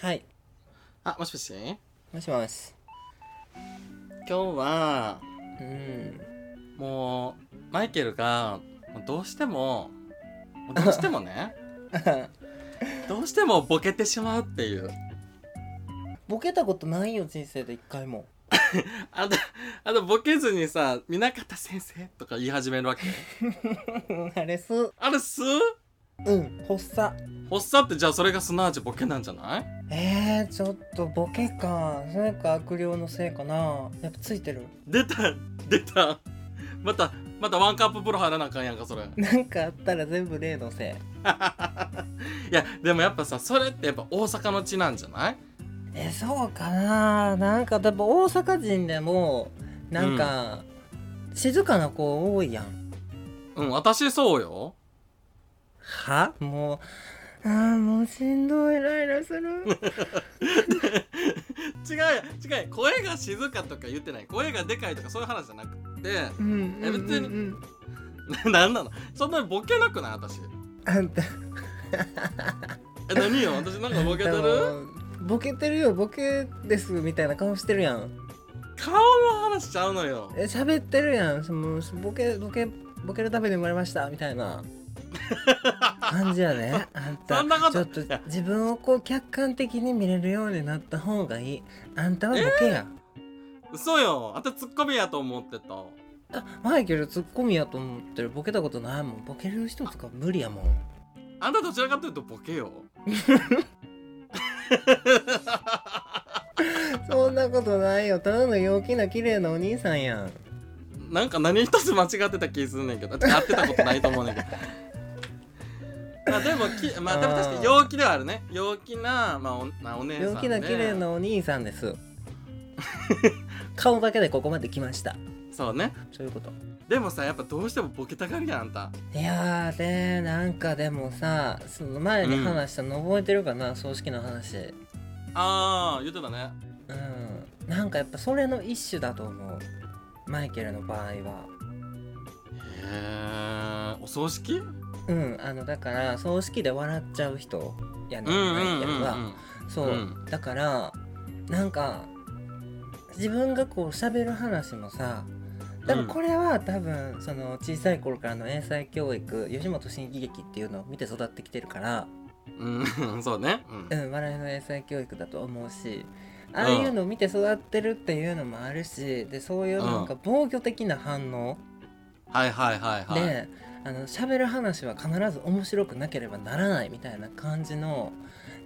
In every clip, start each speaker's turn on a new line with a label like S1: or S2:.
S1: はい
S2: あ、もしもし今
S1: もしもし
S2: 日は、
S1: うん
S2: もう、マイケルが、もうどうして も、もうどうしてもね、どうしてもボケてしまうっていう。
S1: ボケたことないよ人生で一回も
S2: あと、あとボケずにさ、南方先生とか言い始めるわけ。
S1: うんあれすう
S2: あれす
S1: ん発作
S2: 発作ってじゃあそれがすなわちボケなんじゃない
S1: えー、ちょっとボケかそれか悪霊のせいかなやっぱついてる
S2: 出た出たまたまたワンカッププロ入らなあかんやんかそれ。
S1: なんかあったら全部霊のせい
S2: いやでもやっぱさそれってやっぱ大阪の地なんじゃない
S1: えそうかななんか多分大阪人でもなんか、静かな子多いやん
S2: うん私そうよ
S1: はもうあーもうしんどいイライラする
S2: 違うよ違うよ声が静かとか言ってない声がでかいとかそういう話じゃなくて
S1: うん
S2: え別に
S1: うんうん
S2: 何なのそんなにボケなくない私
S1: あんた
S2: え何よ私なんかボケて
S1: あんた
S2: る
S1: もボケてるよボケですみたいな顔してるやん
S2: 顔の話ちゃうのよ
S1: え喋ってるやんそのボケボケボケるために生まれましたみたい な感じやねあんた
S2: そんなこ
S1: ちょ
S2: と
S1: っと自分をこう客観的に見れるようになった方がいいあんたはボケや、
S2: 嘘よあんたツッコミやと思ってた
S1: あマイケルツッコミやと思ってるボケたことないもんボケる人とか無理やもん
S2: あんたどちらかというとボケよ
S1: そんなことないよただの陽気な綺麗なお兄さんやん
S2: なんか何一つ間違ってた気すんねんけど合ってたことないと思うねんけど まあでもきまあでも確かに陽気ではあるね陽気な、まあ、おまあお姉さんで
S1: 陽気な綺麗なお兄さんです 顔だけでここまで来ました
S2: そうね
S1: そういうこと
S2: でもさやっぱどうしてもボケたがるやんあんた
S1: いやーでなんかでもさその前に話したの覚えてるかな、葬式の話
S2: ああ言ってたね
S1: うんなんかやっぱそれの一種だと思うマイケルの場合は
S2: へえお葬式
S1: うんあのだから葬式で笑っちゃう人や
S2: う
S1: ね
S2: んうん
S1: マイ
S2: ん
S1: ケ
S2: う
S1: ル
S2: ん
S1: は、
S2: うん
S1: そう、
S2: うん
S1: だからなんか自分がこう喋る話もさ多分これは多分その小さい頃からの英才教育吉本新喜劇っていうのを見て育ってきてるから、
S2: うんそうねうん
S1: うん、笑いの英才教育だと思うしああいうのを見て育ってるっていうのもあるしでそういうなんか防御的な反応
S2: はいはいはいはい、
S1: であの喋る話は必ず面白くなければならないみたいな感じの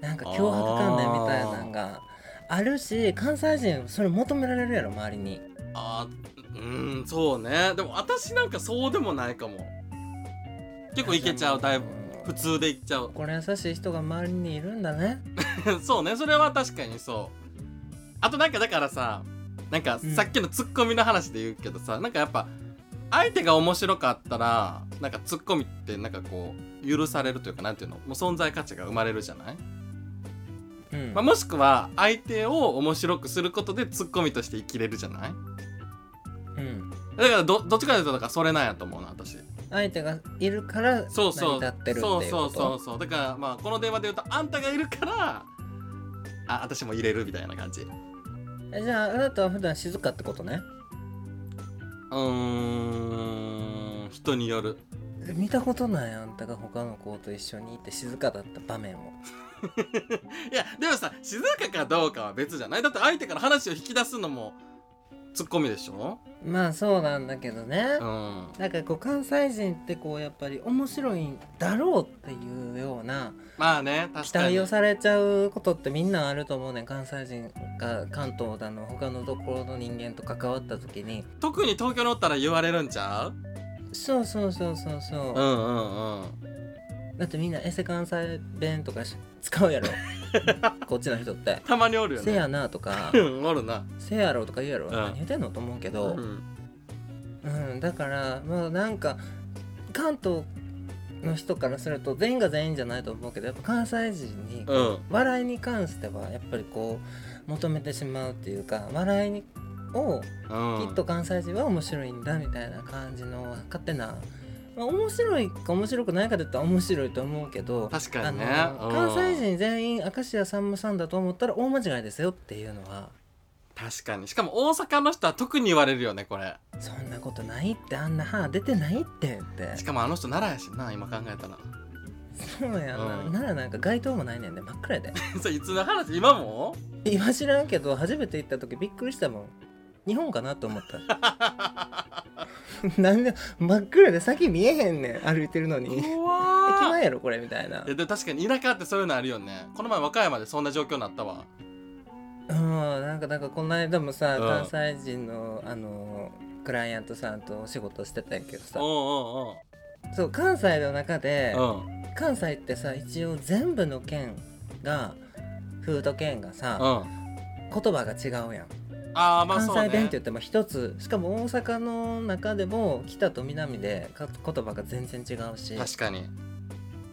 S1: なんか脅迫観念みたいなのがあるし関西人それ求められるやろ周りに
S2: あーうんそうねでも私なんかそうでもないかも結構いけちゃうだいぶ普通でいっちゃう
S1: これ優しい人が周りにいるんだね
S2: そうねそれは確かにそうあとなんかだからさなんか
S1: うん
S2: さっきのツッコミの話で言うけどさ、なんかやっぱ相手が面白かったらなんかツッコミってなんかこう許されるというかなんていうのもう存在価値が生まれるじゃない、
S1: うん、
S2: まあ、もしくは相手を面白くすることでツッコミとして生きれるじゃない
S1: うん、
S2: だからどどっちかというとだからそれなんやと思うな私
S1: 相手がいるから成
S2: そうそ
S1: り
S2: う
S1: 立ってるっていう
S2: そ
S1: こ
S2: う
S1: と
S2: そうそうそうだからまあこの電話で言うとあんたがいるからあ私も入れるみたいな感じう
S1: えじゃああなたは普段静かってことね
S2: ーん人による
S1: え見たことないあんたが他の子と一緒にいて静かだった場面を
S2: いやでもさ静かかどうかは別じゃないだって相手から話を引き出すのもツッコミでしょ
S1: まあそうなんだけどね、
S2: うん
S1: なんかこう関西人ってこうやっぱり面白いんだろうっていうような
S2: まあね確
S1: 期
S2: かに
S1: 待をされちゃうことってみんなあると思うねん関西人が関東だの他のところの人間と関わった時に
S2: 特に東京におったら言われるんちゃう
S1: そうそうそうそうそう
S2: う、んうんうん
S1: だってみんなエセ関西弁とかし使 うやろこっちの人って。
S2: たまにおるよ
S1: せ
S2: ね
S1: やなとか
S2: うんおるな
S1: せやろとか言うやろ、
S2: うん
S1: 何言うてんのと思うけ
S2: う
S1: ど、
S2: ん
S1: うん、だからまあなんか関東の人からすると全員が全員じゃないと思うけどやっぱ関西人に
S2: うん
S1: 笑いに関してはやっぱりこう求めてしまうっていうか笑いにを
S2: うん
S1: きっと関西人は面白いんだみたいな感じの勝手なまあ、面白いか面白くないかで言ったら面白いと思うけど
S2: 確かにね
S1: あの
S2: うん
S1: 関西人全員明石家さんまさんだと思ったら大間違いですよっていうのは
S2: 確かにしかも大阪の人は特に言われるよねこれ
S1: そんなことないってあんな歯出てないってって
S2: しかもあの人奈良やしな今考えたら
S1: そうやな、
S2: うん
S1: ならなんか街灯もないねんで真っ暗やで
S2: それいつの話今も
S1: 今知らんけど初めて行った時びっくりしたもん日本かなと思った なんで真っ暗で先見えへんねん歩いてるのに駅
S2: 怖ー
S1: 前やろこれみたいない
S2: やでも確かに田舎ってそういうのあるよねこの前和歌山でそんな状況になったわ
S1: うんなんかなんかこの間もさ、
S2: うん
S1: 関西人のあのクライアントさんとお仕事してたんやけどさ
S2: お
S1: そう関西の中で
S2: うおうおううん
S1: 関西ってさ一応全部の県が風土県が
S2: う
S1: さ
S2: ん
S1: 言葉が違うやん
S2: ああまあ
S1: 関
S2: そう
S1: 西
S2: ね
S1: 弁って言っても一つしかも大阪の中でも北と南でか言葉が全然違うし
S2: 確かに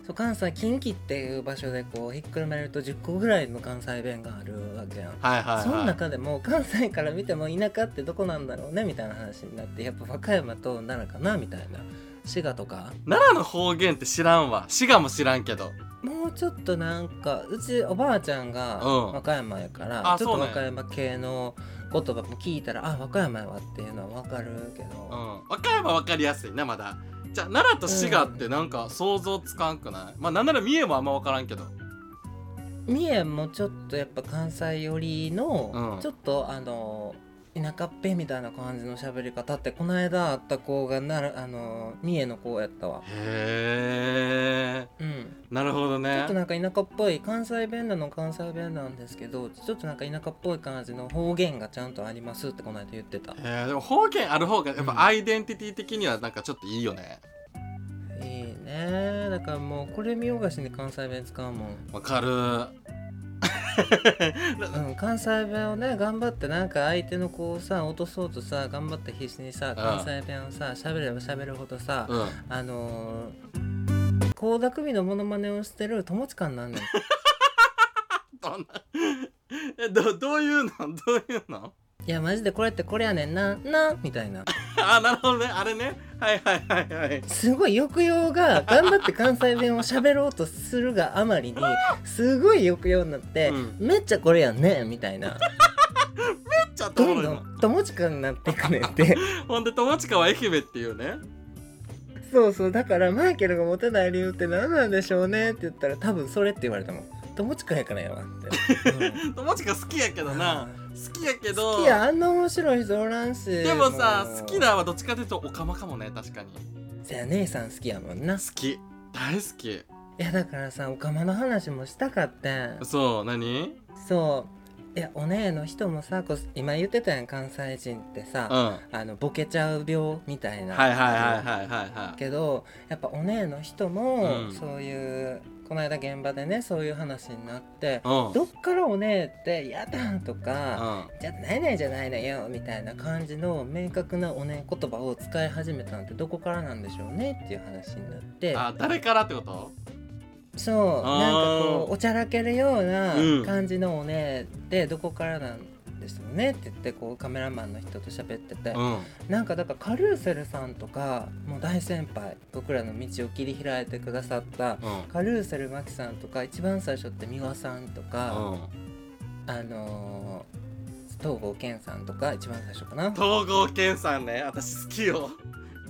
S1: そう関西近畿っていう場所でこうひっくるめると10個ぐらいの関西弁があるわけやん
S2: はいはいはい
S1: その中でも関西から見ても田舎ってどこなんだろうねみたいな話になってやっぱ和歌山と奈良かなみたいな滋賀とか
S2: 奈良の方言って知らんわ滋賀も知らんけど
S1: もうちょっとなんかうちおばあちゃんが
S2: うん
S1: 和歌山やから、
S2: あ
S1: ちょっ
S2: そう
S1: と
S2: な
S1: 和
S2: んや
S1: 歌山系の言葉も聞いたらあ和歌山やわっていうのは分かるけ
S2: う
S1: ど、
S2: ん和歌山わかりやすいなまだじゃあ奈良と滋賀ってなんか想像つかんくない、まあなんなら三重もあんまわからんけど
S1: 三重もちょっとやっぱ関西寄りの、
S2: うん
S1: ちょっとあの田舎っぺみたいな感じの喋り方ってこの間会った子がならあの三重の子やったわ。
S2: へ
S1: う
S2: え
S1: ん
S2: なるほ
S1: ち
S2: ど
S1: ょ
S2: ね
S1: っとなんか田舎っぽい関西弁なの関西弁なんですけどちょっとなんか田舎っぽい感じの方言がちゃんとありますってこの間言ってた
S2: えー、でも方言ある方がやっ
S1: うん
S2: ぱアイデンティティ的にはなんかちょっといいよね
S1: いいねだからもうこれ見よがしに関西弁使うもん、
S2: わかる
S1: うん、関西弁をね頑張ってなんか相手の子をさ落とそうとさ頑張って必死にさ関西弁をさ喋れば喋るほどさ、
S2: うん
S1: あのー倖田來未のモノマネをしてる友近なん ねん
S2: どんなえどどういうのどういうの
S1: いやマジでこれってこれやねんななみたいな
S2: あなるほどねあれねはいはいはいはい
S1: すごい抑揚が頑張って関西弁を喋ろうとするがあまりにすごい抑揚になって、
S2: う
S1: めっちゃこれやんねみたいな
S2: ちょっと
S1: ど
S2: おも
S1: ん
S2: ろい
S1: ど
S2: なん
S1: 友近になっていくねん って
S2: ほんで友近は愛媛っていうね
S1: そうそうだからマイケルがモテない理由って何なんでしょうねって言ったら多分それって言われたもん友近やからやわって、うん
S2: 友近好 きやけどな好きやけど
S1: 好きやあんな面白い人おらんし
S2: でもさ
S1: う
S2: 好きなはどっちかというとオカマかもね確かに好
S1: せや姉さん好きやもんない
S2: き大好き
S1: やだからさおかまの話もしたかってん
S2: そう何
S1: そういやお姉の人もさこう今言ってたやん関西人って
S2: うん
S1: さ、
S2: はい
S1: あのボケちゃう病みたいな、
S2: はいはいはいはいはい
S1: けどやっぱお姉の人も、
S2: うん
S1: そういうこの間現場でねそういう話になって、
S2: うん
S1: どっからお姉って「やだ!」と
S2: う
S1: か
S2: ん
S1: 「じゃないないじゃないのよ」みたいな感じの明確なお姉言葉を使い始めたのってどこからなんでしょうねっていう話になって
S2: あ誰からってこと
S1: そう
S2: あー
S1: なんかこうおちゃらけるような
S2: うん
S1: 感じのおねってどこからなんですよねって言ってこうカメラマンの人と喋ってて、
S2: うん
S1: なんかだからカルーセルさんとかもう大先輩僕らの道を切り開いてくださった
S2: うん
S1: カルーセルマキさんとか一番最初って美輪さんとか、
S2: うん
S1: あのー東郷健さんとか一番最初かな
S2: 東郷健さんね私好きよ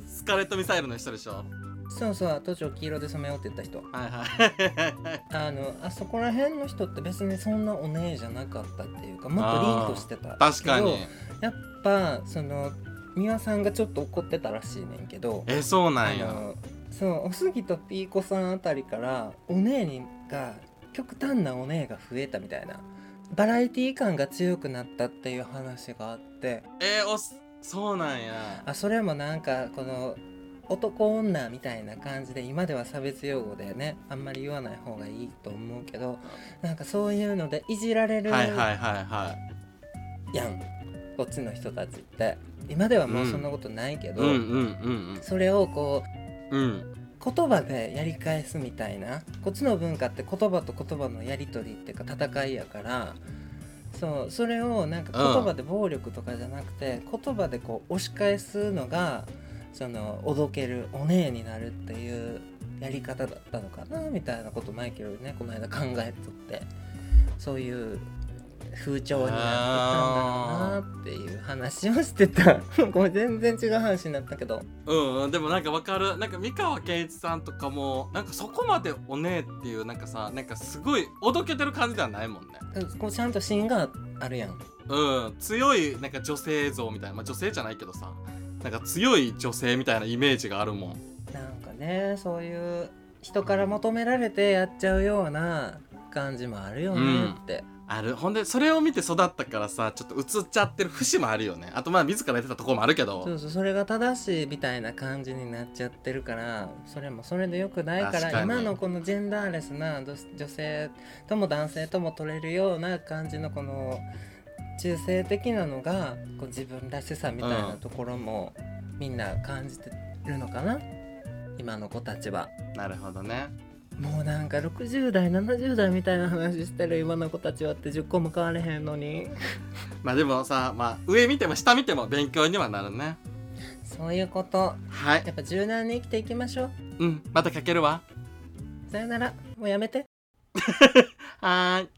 S2: スカーレットミサイルの人でしょ
S1: そうそう都庁黄色で染めようって言った人
S2: はいはい
S1: あのあそこら辺の人って別にそんなおねえじゃなかったっていうかもっとリンクしてた
S2: 確かに
S1: やっぱその美輪さんがちょっと怒ってたらしいねんけど
S2: えそうな
S1: あ
S2: んや
S1: のそうおすぎとピーコさんあたりからお姉にが極端なお姉が増えたみたいなバラエティー感が強くなったっていう話があって
S2: えおすそうなんや
S1: あそれもなんかこの男女みたいな感じで今では差別用語でねあんまり言わない方がいいと思うけどなんかそういうのでいじられる
S2: はいはいはいはい
S1: やんこっちの人たちって今ではもうそんなことないけど、
S2: うんうんうん
S1: それをこう
S2: うんうん
S1: 言葉でやり返すみたいなこっちの文化って言葉と言葉のやり取りっていうか戦いやからそうそれをなんか
S2: うん
S1: 言葉で暴力とかじゃなくて、言葉でこう押し返すのがそのおどけるお姉になるっていうやり方だったのかなみたいなことマイケルねこの間考えとってそういう風潮になってたんだろうなっていう話をしてた ごめん全然違う話になったけど
S2: うんうんでもなんかわかるなんか三河健一さんとかもなんかそこまでおねえっていうなんかさなんかすごいおどけてる感じではないもんね
S1: こうちゃんと芯があるやん
S2: うん強いなんか女性像みたいなまあ女性じゃないけどさなんか強い女性みたいなイメージがあるもん
S1: なんかねそういう人から求められてやっちゃうような感じもあるよねって、
S2: あるほんでそれを見て育ったからさちょっと映っちゃってる節もあるよねあとまあ自らやってたところもあるけ
S1: そ
S2: ど
S1: うそうそれが正しいみたいな感じになっちゃってるからそれもそれでよくないから
S2: 確かに
S1: 今のこのジェンダーレスなど女性とも男性とも取れるような感じのこの中性的なのがこう自分らしさみたいなところもみんな感じてるのかな、今の子たちは。
S2: なるほどね
S1: もうなんか60代70代みたいな話してる今の子たちはって10個も変われへんのに
S2: まあでもさ、まあ、上見ても下見ても勉強にはなるね
S1: そういうこと
S2: はい
S1: やっぱ柔軟に生きていきましょう
S2: うんまたかけるわ
S1: さよならもうやめて
S2: はーい